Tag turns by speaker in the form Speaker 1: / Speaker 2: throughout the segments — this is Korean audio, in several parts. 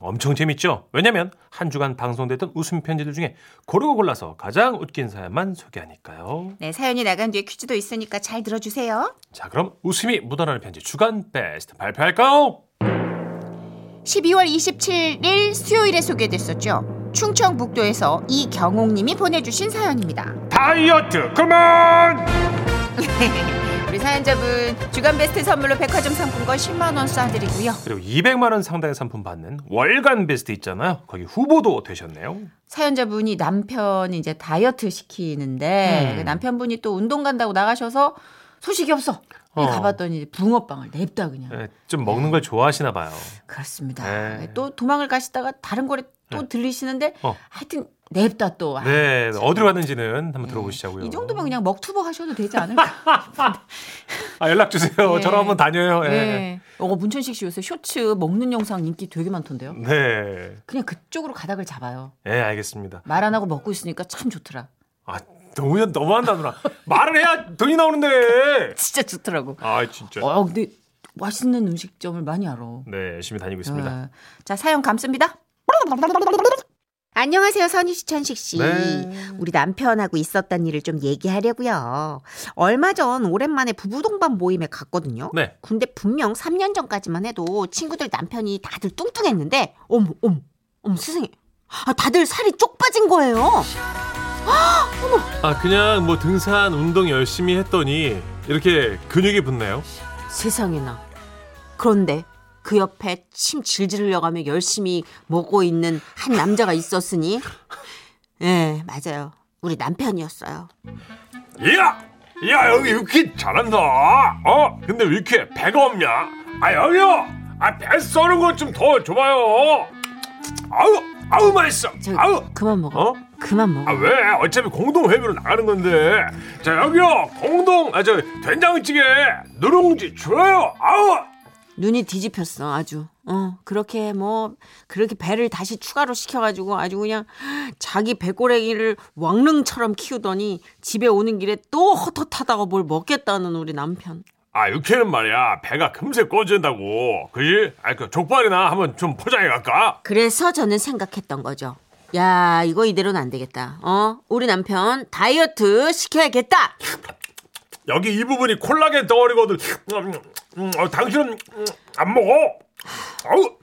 Speaker 1: 엄청 재밌죠? 왜냐면 한 주간 방송됐던 웃음 편지들 중에 고르고 골라서 가장 웃긴 사연만 소개하니까요.
Speaker 2: 네, 사연이 나간 뒤에 퀴즈도 있으니까 잘 들어주세요.
Speaker 1: 자, 그럼 웃음이 묻어나는 편지 주간 베스트 발표할까요?
Speaker 2: 12월 27일 수요일에 소개됐었죠. 충청북도에서 이경옥님이 보내주신 사연입니다.
Speaker 1: 다이어트 그만!
Speaker 2: 우리 사연자분 주간 베스트 선물로 백화점 상품권 10만 원 쏴드리고요.
Speaker 1: 그리고 200만 원 상당의 상품 받는 월간 베스트 있잖아요. 거기 후보도 되셨네요.
Speaker 2: 사연자분이 남편이 이제 다이어트 시키는데
Speaker 1: 음.
Speaker 2: 그 남편분이 또 운동 간다고 나가셔서 소식이 없어.
Speaker 1: 어.
Speaker 2: 가봤더니 붕어빵을 냅다 그냥.
Speaker 1: 예, 좀 먹는 걸 좋아하시나 봐요.
Speaker 2: 그렇습니다.
Speaker 1: 네.
Speaker 2: 또 도망을 가시다가 다른 거래 또 들리시는데
Speaker 1: 어.
Speaker 2: 하여튼 냅다 또. 아,
Speaker 1: 네, 어디로 갔는지는 한번 들어보시자고요.
Speaker 2: 이 정도면 그냥 먹투버 하셔도 되지 않을까?
Speaker 1: 아, 연락 주세요.
Speaker 2: 네.
Speaker 1: 저랑 한번 다녀요. 예.
Speaker 2: 네. 어, 문천식 씨 요새 쇼츠 먹는 영상 인기 되게 많던데요.
Speaker 1: 네.
Speaker 2: 그냥 그쪽으로 가닥을 잡아요.
Speaker 1: 예, 알겠습니다.
Speaker 2: 말 안 하고 먹고 있으니까 참 좋더라.
Speaker 1: 아, 너무 너무한다 누나. 말을 해야 돈이 나오는데.
Speaker 2: 진짜 좋더라고.
Speaker 1: 아, 진짜.
Speaker 2: 어, 근데 맛있는 음식점을 많이 알아.
Speaker 1: 네, 열심히 다니고 있습니다.
Speaker 2: 어, 자, 사연 감습니다. 안녕하세요, 선희 씨, 천식 씨.
Speaker 1: 네.
Speaker 2: 우리 남편하고 있었던 일을 좀 얘기하려고요. 얼마 전 오랜만에 부부 동반 모임에 갔거든요.
Speaker 1: 네.
Speaker 2: 근데 분명 3년 전까지만 해도 친구들 남편이 다들 뚱뚱했는데 어머, 어머, 어머 세상에. 아, 다들 살이 쪽 빠진 거예요.
Speaker 1: 아, 그냥 뭐 등산 운동 열심히 했더니 이렇게 근육이 붙네요.
Speaker 2: 세상에나. 그런데 그 옆에 침 질질 흘려가며 열심히 먹고 있는 한 남자가 있었으니, 예, 맞아요. 우리 남편이었어요.
Speaker 1: 야! 야, 여기 위키 잘한다. 어? 근데 왜 이렇게 배가 없냐? 아, 여기요. 아, 배 써는 것 좀 더 줘봐요. 아우, 아우 맛있어.
Speaker 2: 저
Speaker 1: 아우.
Speaker 2: 그만 먹어.
Speaker 1: 어?
Speaker 2: 그만
Speaker 1: 아,
Speaker 2: 먹어.
Speaker 1: 왜? 어차피 공동 회비로 나가는 건데. 자, 여기요. 공동 아, 저 된장찌개 누룽지 줘요. 아우.
Speaker 2: 눈이 뒤집혔어, 아주. 어, 그렇게 뭐, 그렇게 배를 다시 추가로 시켜가지고 아주 그냥 자기 배고래기를 왕릉처럼 키우더니 집에 오는 길에 또 헛헛하다가 뭘 먹겠다는 우리 남편.
Speaker 1: 아, 육회는 말이야. 배가 금세 꺼진다고. 그지? 아, 그 족발이나 한번 좀 포장해 갈까?
Speaker 2: 그래서 저는 생각했던 거죠. 야, 이거 이대로는 안 되겠다. 어? 우리 남편 다이어트 시켜야겠다.
Speaker 1: 여기 이 부분이 콜라겐 덩어리거든. 음, 음, 어, 당신은 음, 안 먹어. 아우.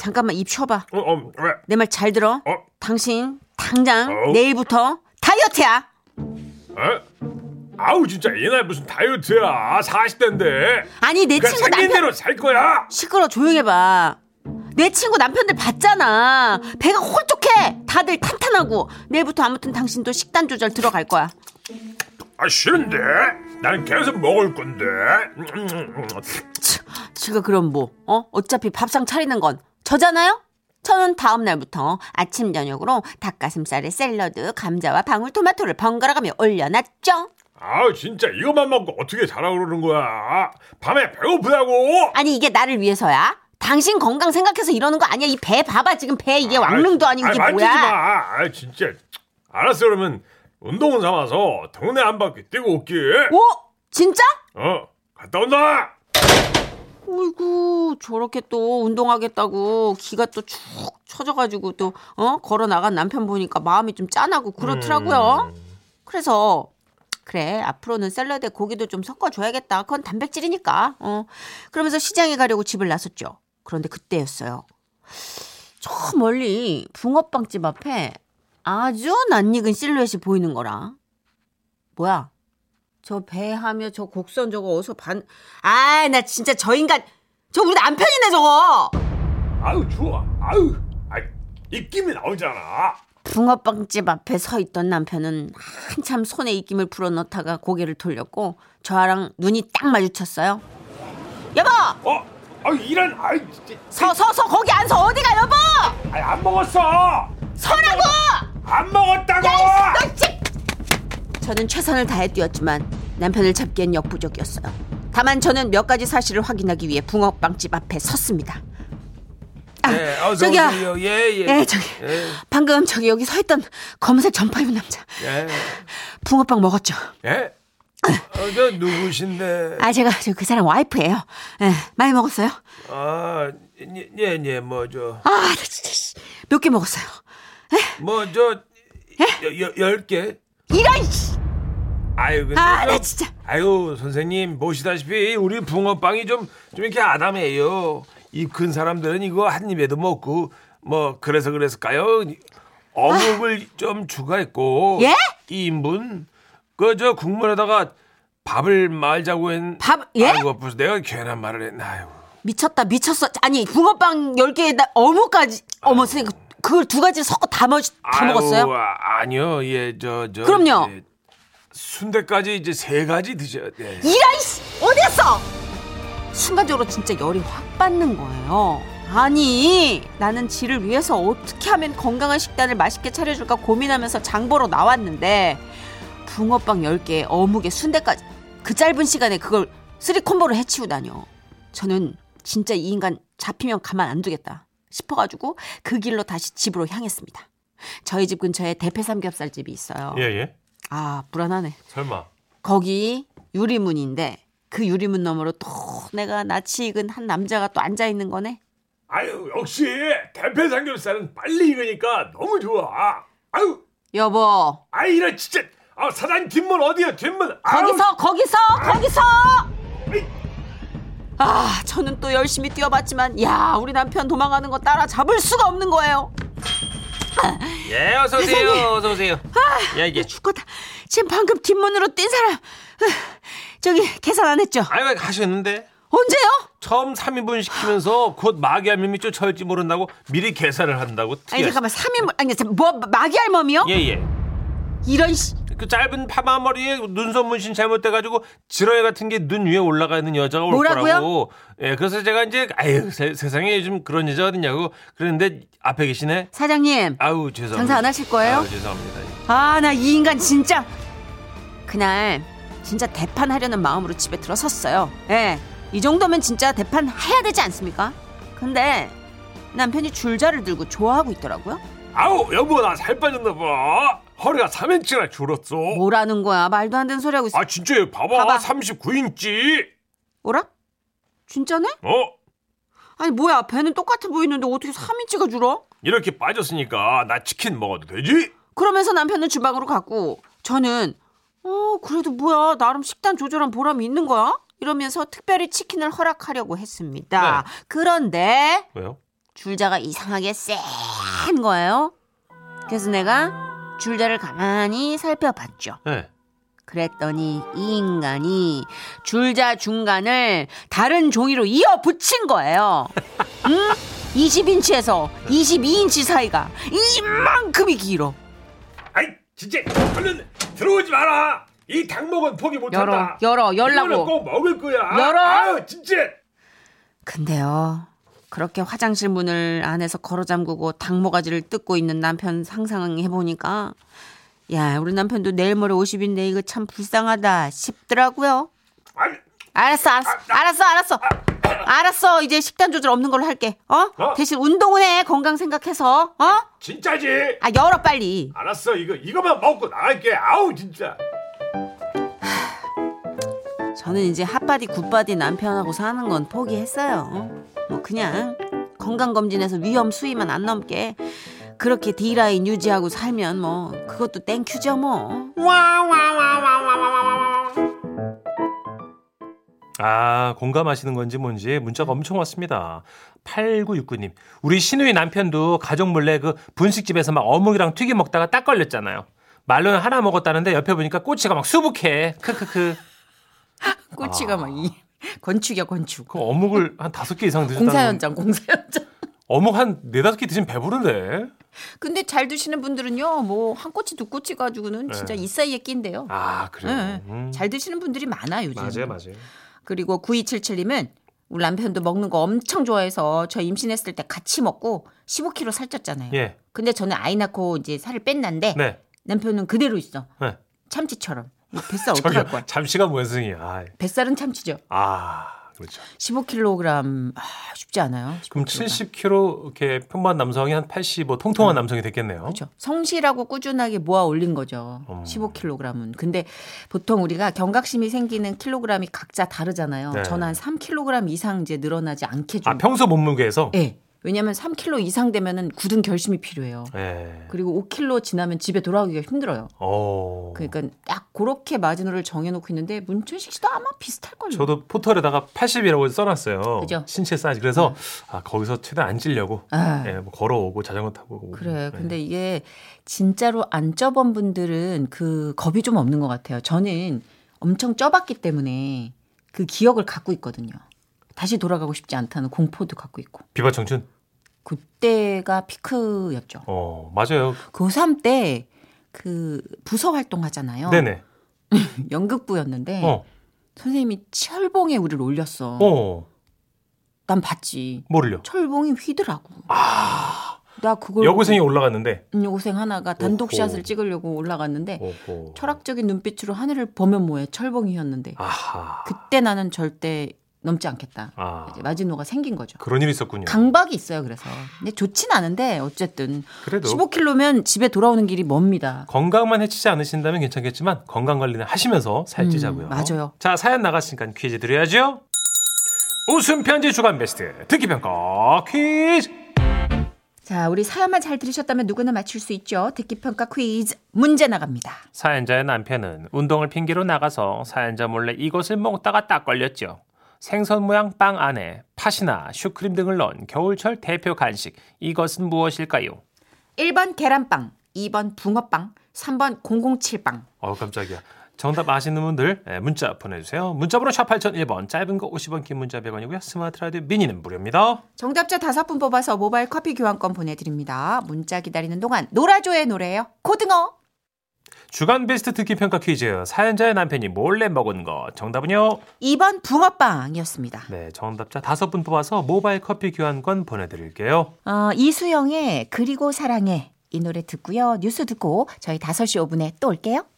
Speaker 2: 잠깐만 입 쉬어봐.
Speaker 1: 어, 어, 왜?
Speaker 2: 내 말 잘 들어.
Speaker 1: 어?
Speaker 2: 당신 당장
Speaker 1: 어?
Speaker 2: 내일부터 다이어트야.
Speaker 1: 에? 아우 진짜 얘날 무슨 다이어트야. 40대인데.
Speaker 2: 아니 내
Speaker 1: 그냥
Speaker 2: 친구
Speaker 1: 그러니까 생긴
Speaker 2: 남편
Speaker 1: 대로 살 거야.
Speaker 2: 시끄러 조용해 봐. 내 친구 남편들 봤잖아. 배가 홀쭉해. 다들 탄탄하고 내일부터 아무튼 당신도 식단 조절 들어갈 거야.
Speaker 1: 아 싫은데? 나는 계속 먹을 건데. 음, 음, 음.
Speaker 2: 치, 지가 그럼 뭐, 어? 어차피 밥상 차리는 건 저잖아요? 저는 다음 날부터 아침 저녁으로 닭가슴살에 샐러드, 감자와 방울토마토를 번갈아가며 올려놨죠.
Speaker 1: 아우 진짜 이것만 먹고 어떻게 자라 그러는 거야. 밤에 배고프다고.
Speaker 2: 아니 이게 나를 위해서야? 당신 건강 생각해서 이러는 거 아니야? 이 배 봐봐 지금 배 이게 왕릉도 아니고 이게
Speaker 1: 아이, 만지지
Speaker 2: 뭐야?
Speaker 1: 마. 아 진짜. 알았어 그러면 운동은 삼아서 동네 한 바퀴 뛰고 올게.
Speaker 2: 오 진짜?
Speaker 1: 어 갔다 온다.
Speaker 2: 어이구 저렇게 또 운동하겠다고 기가 또 축 처져가지고 또 어? 걸어 나간 남편 보니까 마음이 좀 짠하고 그렇더라고요. 그래서 그래 앞으로는 샐러드에 고기도 좀 섞어줘야겠다. 그건 단백질이니까. 어. 그러면서 시장에 가려고 집을 나섰죠. 그런데 그때였어요. 저 멀리 붕어빵집 앞에 아주 낯익은 실루엣이 보이는 거라. 뭐야? 저 배하며 저 곡선 저거 어디서 반? 아 나 진짜 저 인간 저 우리 남편이네 저거.
Speaker 1: 아우 좋아. 아우. 아 입김이 나오잖아.
Speaker 2: 붕어빵집 앞에 서 있던 남편은 한참 손에 입김을 불어넣다가 고개를 돌렸고 저랑 눈이 딱 마주쳤어요. 여보,
Speaker 1: 어. 아 이런 아이 진짜.
Speaker 2: 서 서 서 거기 안 서 어디가 여보?
Speaker 1: 아이, 안 먹었어.
Speaker 2: 서라고!
Speaker 1: 안 먹었다고.
Speaker 2: 너 집! 저는 최선을 다해 뛰었지만 남편을 잡기엔 역부족이었어요. 다만 저는 몇 가지 사실을 확인하기 위해 붕어빵집 앞에 섰습니다. 아, 저기요.
Speaker 1: 예, 어, 예예.
Speaker 2: 예, 저기. 방금 저기 여기 서 있던 검은색 점퍼 입은 남자.
Speaker 1: 예.
Speaker 2: 붕어빵 먹었죠?
Speaker 1: 예?
Speaker 2: 아,
Speaker 1: 아, 저 누구신데?
Speaker 2: 아 제가 저 그 사람 와이프예요. 예, 많이 먹었어요?
Speaker 1: 아, 예, 예, 예, 뭐, 저,
Speaker 2: 아 나 진짜 몇 개 먹었어요.
Speaker 1: 뭐, 저,
Speaker 2: 예?
Speaker 1: 여, 여, 열 개?
Speaker 2: 이런 씨.
Speaker 1: 아유, 근데
Speaker 2: 아,
Speaker 1: 저-
Speaker 2: 나 진짜.
Speaker 1: 아유, 선생님, 보시다시피 우리 붕어빵이 좀, 좀 이렇게 아담해요. 입 큰 사람들은 이거 한 입에도 먹고, 뭐, 그래서 그랬을까요? 어묵을 좀 추가했고,
Speaker 2: 아. 예?
Speaker 1: 2인분? 그, 저, 국물에다가 밥을 말자고 했
Speaker 2: 밥- 예?
Speaker 1: 아이고, 무슨 내가 괜한 말을 했나, 아유.
Speaker 2: 미쳤다 미쳤어. 아니 붕어빵 10개에다 어묵까지 어머 선생님 그- 그걸 두 가지를 섞어 다, 먹, 다
Speaker 1: 아유,
Speaker 2: 먹었어요?
Speaker 1: 아, 아니요, 예, 저, 저.
Speaker 2: 그럼요.
Speaker 1: 예, 순대까지 이제 세 가지 드셔야 돼.
Speaker 2: 이런 씨 어디였어? 순간적으로 진짜 열이 확 받는 거예요. 아니 나는 지를 위해서 어떻게 하면 건강한 식단을 맛있게 차려줄까 고민하면서 장보러 나왔는데 붕어빵 10개에 어묵에 순대까지 그 짧은 시간에 그걸 쓰리 콤보로 해치우다뇨. 저는 진짜 이 인간 잡히면 가만 안 두겠다 싶어가지고 그 길로 다시 집으로 향했습니다. 저희 집 근처에 대패 삼겹살집이 있어요.
Speaker 1: 예, 예.
Speaker 2: 아 불안하네.
Speaker 1: 설마.
Speaker 2: 거기 유리문인데 그 유리문 너머로 또 내가 낯이 익은 한 남자가 또 앉아 있는 거네.
Speaker 1: 아유 역시 대패 삼겹살은 빨리 익으니까 너무 좋아. 아유
Speaker 2: 여보
Speaker 1: 아이라 진짜 아 사장 뒷문 어디야 뒷문. 아유,
Speaker 2: 거기서 거기서 거기서 아 저는 또 열심히 뛰어봤지만 야 우리 남편 도망가는 거 따라 잡을 수가 없는 거예요.
Speaker 1: 예 어서 오세요 어서 오세요.
Speaker 2: 아.
Speaker 1: 야 이게
Speaker 2: 죽겠다. 지금 방금 뒷문으로 뛴 사람 으, 저기 계산 안 했죠?
Speaker 1: 아유 하셨는데
Speaker 2: 언제요?
Speaker 1: 처음 3인분 시키면서 곧 마귀알몸이 쫓아올지 모른다고 미리 계산을 한다고.
Speaker 2: 아니 잠깐만 3인분 아니 잠깐, 뭐 마귀알몸이요?
Speaker 1: 예. 예예.
Speaker 2: 이런 씨.
Speaker 1: 그 짧은 파마 머리에 눈썹 문신 잘못돼가지고 지렁이 같은 게 눈 위에 올라가 있는 여자가 올
Speaker 2: 뭐라고요?
Speaker 1: 거라고. 예 그래서 제가 이제 아유 세, 세상에 요즘 그런 여자 어딨냐고 그랬는데 앞에 계시네.
Speaker 2: 사장님
Speaker 1: 아우 죄송합니다.
Speaker 2: 장사 안 하실 거예요?
Speaker 1: 아우, 죄송합니다.
Speaker 2: 아 나 이 인간 진짜 그날 진짜 대판하려는 마음으로 집에 들어섰어요 예, 이 정도면 진짜 대판 해야 되지 않습니까 근데 남편이 줄자를 들고 좋아하고 있더라고요
Speaker 1: 아우 여보 나 살 빠졌나 봐. 허리가 3인치나 줄었어.
Speaker 2: 뭐라는 거야 말도 안 되는 소리 하고 있어
Speaker 1: 아 진짜 얘 봐봐,
Speaker 2: 봐봐.
Speaker 1: 39인치.
Speaker 2: 뭐라? 진짜네?
Speaker 1: 어
Speaker 2: 아니 뭐야 배는 똑같아 보이는데 어떻게 3인치가 줄어?
Speaker 1: 이렇게 빠졌으니까 나 치킨 먹어도 되지?
Speaker 2: 그러면서 남편은 주방으로 갔고 저는 어 그래도 뭐야 나름 식단 조절한 보람이 있는 거야? 이러면서 특별히 치킨을 허락하려고 했습니다 그런데
Speaker 1: 왜요?
Speaker 2: 줄자가 이상하게 센 거예요. 그래서 내가 줄자를 가만히 살펴봤죠.
Speaker 1: 네.
Speaker 2: 그랬더니 이 인간이 줄자 중간을 다른 종이로 이어 붙인 거예요. 음? 20인치에서 22인치 사이가 이만큼이 길어.
Speaker 1: 아이 진짜 얼른 들어오지 마라. 이 닭목은 포기
Speaker 2: 열어,
Speaker 1: 못한다.
Speaker 2: 열어, 열라고.
Speaker 1: 이거는 꼭 먹을 거야.
Speaker 2: 열어.
Speaker 1: 아유 진짜.
Speaker 2: 근데요. 그렇게 화장실 문을 안에서 걸어 잠그고 닭모가지를 뜯고 있는 남편 상상해 보니까 야, 우리 남편도 내일 모레 50인데 이거 참 불쌍하다 싶더라고요.
Speaker 1: 아니 아.
Speaker 2: 알았어, 알았어. 알았어, 알았어. 알았어. 이제 식단 조절 없는 걸로 할게. 어?
Speaker 1: 어?
Speaker 2: 대신 운동은 해. 건강 생각해서. 어? 아,
Speaker 1: 진짜지.
Speaker 2: 열어 빨리.
Speaker 1: 알았어 이거 이거만 먹고 나갈게. 아우 진짜.
Speaker 2: 저는 이제 핫바디 굿바디 남편하고 사는 건 포기했어요. 뭐 그냥 건강검진에서 위험 수위만 안 넘게 그렇게 D라인 유지하고 살면 뭐 그것도 땡큐죠 뭐.
Speaker 3: 아, 공감하시는 건지 뭔지 문자가 엄청 왔습니다. 8969님, 우리 신우이 남편도 가족 몰래 그 분식집에서 막 어묵이랑 튀김 먹다가 딱 걸렸잖아요. 말로는 하나 먹었다는데 옆에 보니까 꼬치가 막 수북해. 크크크.
Speaker 4: 꼬치가 막 이 건축이야 건축.
Speaker 3: 그 어묵을 한 다섯 개 이상
Speaker 1: 뭐
Speaker 3: 드셨다는
Speaker 4: 공사
Speaker 3: 건
Speaker 4: 현장 공사 현장.
Speaker 3: 어묵 한 네다섯 개 드시면 배부른데.
Speaker 4: 근데 잘 드시는 분들은요, 뭐 한 꼬치 두 꼬치 가지고는 진짜
Speaker 1: 네.
Speaker 4: 이 사이에 낀대요.
Speaker 3: 아, 그래요?
Speaker 4: 예, 예.
Speaker 3: 음.
Speaker 4: 잘 드시는 분들이 많아요 요즘.
Speaker 3: 맞아요, 맞아요.
Speaker 4: 그리고 9277님은 우리 남편도 먹는 거 엄청 좋아해서 저 임신했을 때 같이 먹고 15kg 살쪘잖아요.
Speaker 3: 예.
Speaker 4: 근데 저는 아이 낳고 이제 살을 뺐는데
Speaker 3: 네.
Speaker 4: 남편은 그대로 있어.
Speaker 3: 네.
Speaker 4: 참치처럼. 이 뱃살
Speaker 3: 저기요,
Speaker 4: 어떡할 거야?
Speaker 3: 잠시간 원숭이. 아,
Speaker 4: 뱃살은 참치죠.
Speaker 3: 아
Speaker 5: 그렇죠.
Speaker 2: 15kg 아, 쉽지 않아요. 15kg.
Speaker 1: 그럼 70kg 이렇게 평범한 남성이 한 85, 통통한 남성이 됐겠네요.
Speaker 2: 음. 그렇죠. 성실하고 꾸준하게 모아 올린 거죠.
Speaker 3: 어.
Speaker 2: 15kg은. 근데 보통 우리가 경각심이 생기는 킬로그램이 각자 다르잖아요.
Speaker 1: 네.
Speaker 2: 저는 한 3kg 이상 이제 늘어나지 않게 좀.
Speaker 1: 아 평소 몸무게에서.
Speaker 2: 예. 왜냐면 3kg 이상 되면은 굳은 결심이 필요해요.
Speaker 1: 예.
Speaker 2: 그리고 5kg 지나면 집에 돌아가기가 힘들어요.
Speaker 1: 어.
Speaker 2: 그러니까 딱 그렇게 마지노를 정해놓고 있는데 문천식 씨도 아마 비슷할걸요.
Speaker 1: 저도 포털에다가 80이라고 써놨어요.
Speaker 2: 그죠? 음.
Speaker 1: 신체 사이즈. 그래서 아, 거기서 최대한 안 찌려고
Speaker 2: 아.
Speaker 1: 예, 뭐 걸어오고 자전거 타고. 오고.
Speaker 2: 그래.
Speaker 1: 예.
Speaker 2: 근데 이게 진짜로 안 쪄본 분들은 그 겁이 좀 없는 것 같아요. 저는 엄청 쪄봤기 때문에 그 기억을 갖고 있거든요. 다시 돌아가고 싶지 않다는 공포도 갖고 있고.
Speaker 1: 비바 청춘.
Speaker 2: 그때가 피크였죠.
Speaker 1: 어 맞아요.
Speaker 2: 고3 때 그 부서 활동 하잖아요.
Speaker 1: 네네.
Speaker 2: 연극부였는데
Speaker 1: 어.
Speaker 2: 선생님이 철봉에 우리를 네. 올렸어.
Speaker 1: 어.
Speaker 2: 난 봤지.
Speaker 1: 모를요.
Speaker 2: 철봉이 휘더라고. 나 그걸
Speaker 1: 아. 여고생이 올라갔는데.
Speaker 2: 보고 여고생 하나가 단독샷을
Speaker 1: 오호. 어.
Speaker 2: 찍으려고 올라갔는데
Speaker 1: 오호.
Speaker 2: 네. 철학적인 눈빛으로 하늘을 보면 뭐해 철봉이었는데
Speaker 1: 아하.
Speaker 2: 그때 나는 절대 넘지 않겠다.
Speaker 1: 아.
Speaker 2: 이제 마지노가 생긴 거죠.
Speaker 1: 그런 네. 일이 있었군요.
Speaker 2: 강박이 있어요. 그래서 근데 좋진 않은데 어쨌든
Speaker 1: 그래도
Speaker 2: 15km면 집에 돌아오는 길이 멉니다.
Speaker 1: 건강만 해치지 않으신다면 괜찮겠지만 건강 관리는 하시면서 살찌자고요.
Speaker 2: 음, 맞아요.
Speaker 1: 자 사연 나갔으니까 퀴즈 드려야죠. 웃음 편지 주간 베스트 듣기 평가 퀴즈.
Speaker 2: 자, 우리 사연만 잘 들으셨다면 누구나 맞출 수 있죠. 듣기 평가 퀴즈 문제 나갑니다.
Speaker 1: 사연자의 남편은 운동을 핑계로 나가서 사연자 몰래 이것을 먹다가 딱 걸렸죠. 생선 모양 빵 안에 팥이나 슈크림 등을 넣은 겨울철 대표 간식 이것은 무엇일까요?
Speaker 2: 1번 계란빵, 2번 붕어빵, 3번 007빵.
Speaker 1: 어우 깜짝이야. 정답 아시는 분들 예, 문자 보내주세요. 문자번호 샵 8001번 짧은 거 50원 긴 문자 100원이고요. 스마트 라디오 미니는 무료입니다.
Speaker 2: 정답자 5분 뽑아서 모바일 커피 교환권 보내 드립니다. 문자 기다리는 동안 놀아줘의 노래예요. 고등어.
Speaker 1: 주간 베스트 듣기 평가 퀴즈 사연자의 남편이 몰래 먹은 것 정답은요.
Speaker 2: 2번 붕어빵이었습니다.
Speaker 1: 네 정답자 다섯 분 뽑아서 모바일 커피 교환권 보내드릴게요.
Speaker 2: 어, 이수영의 그리고 사랑해 이 노래 듣고요. 뉴스 듣고 저희 5시 5분에 또 올게요.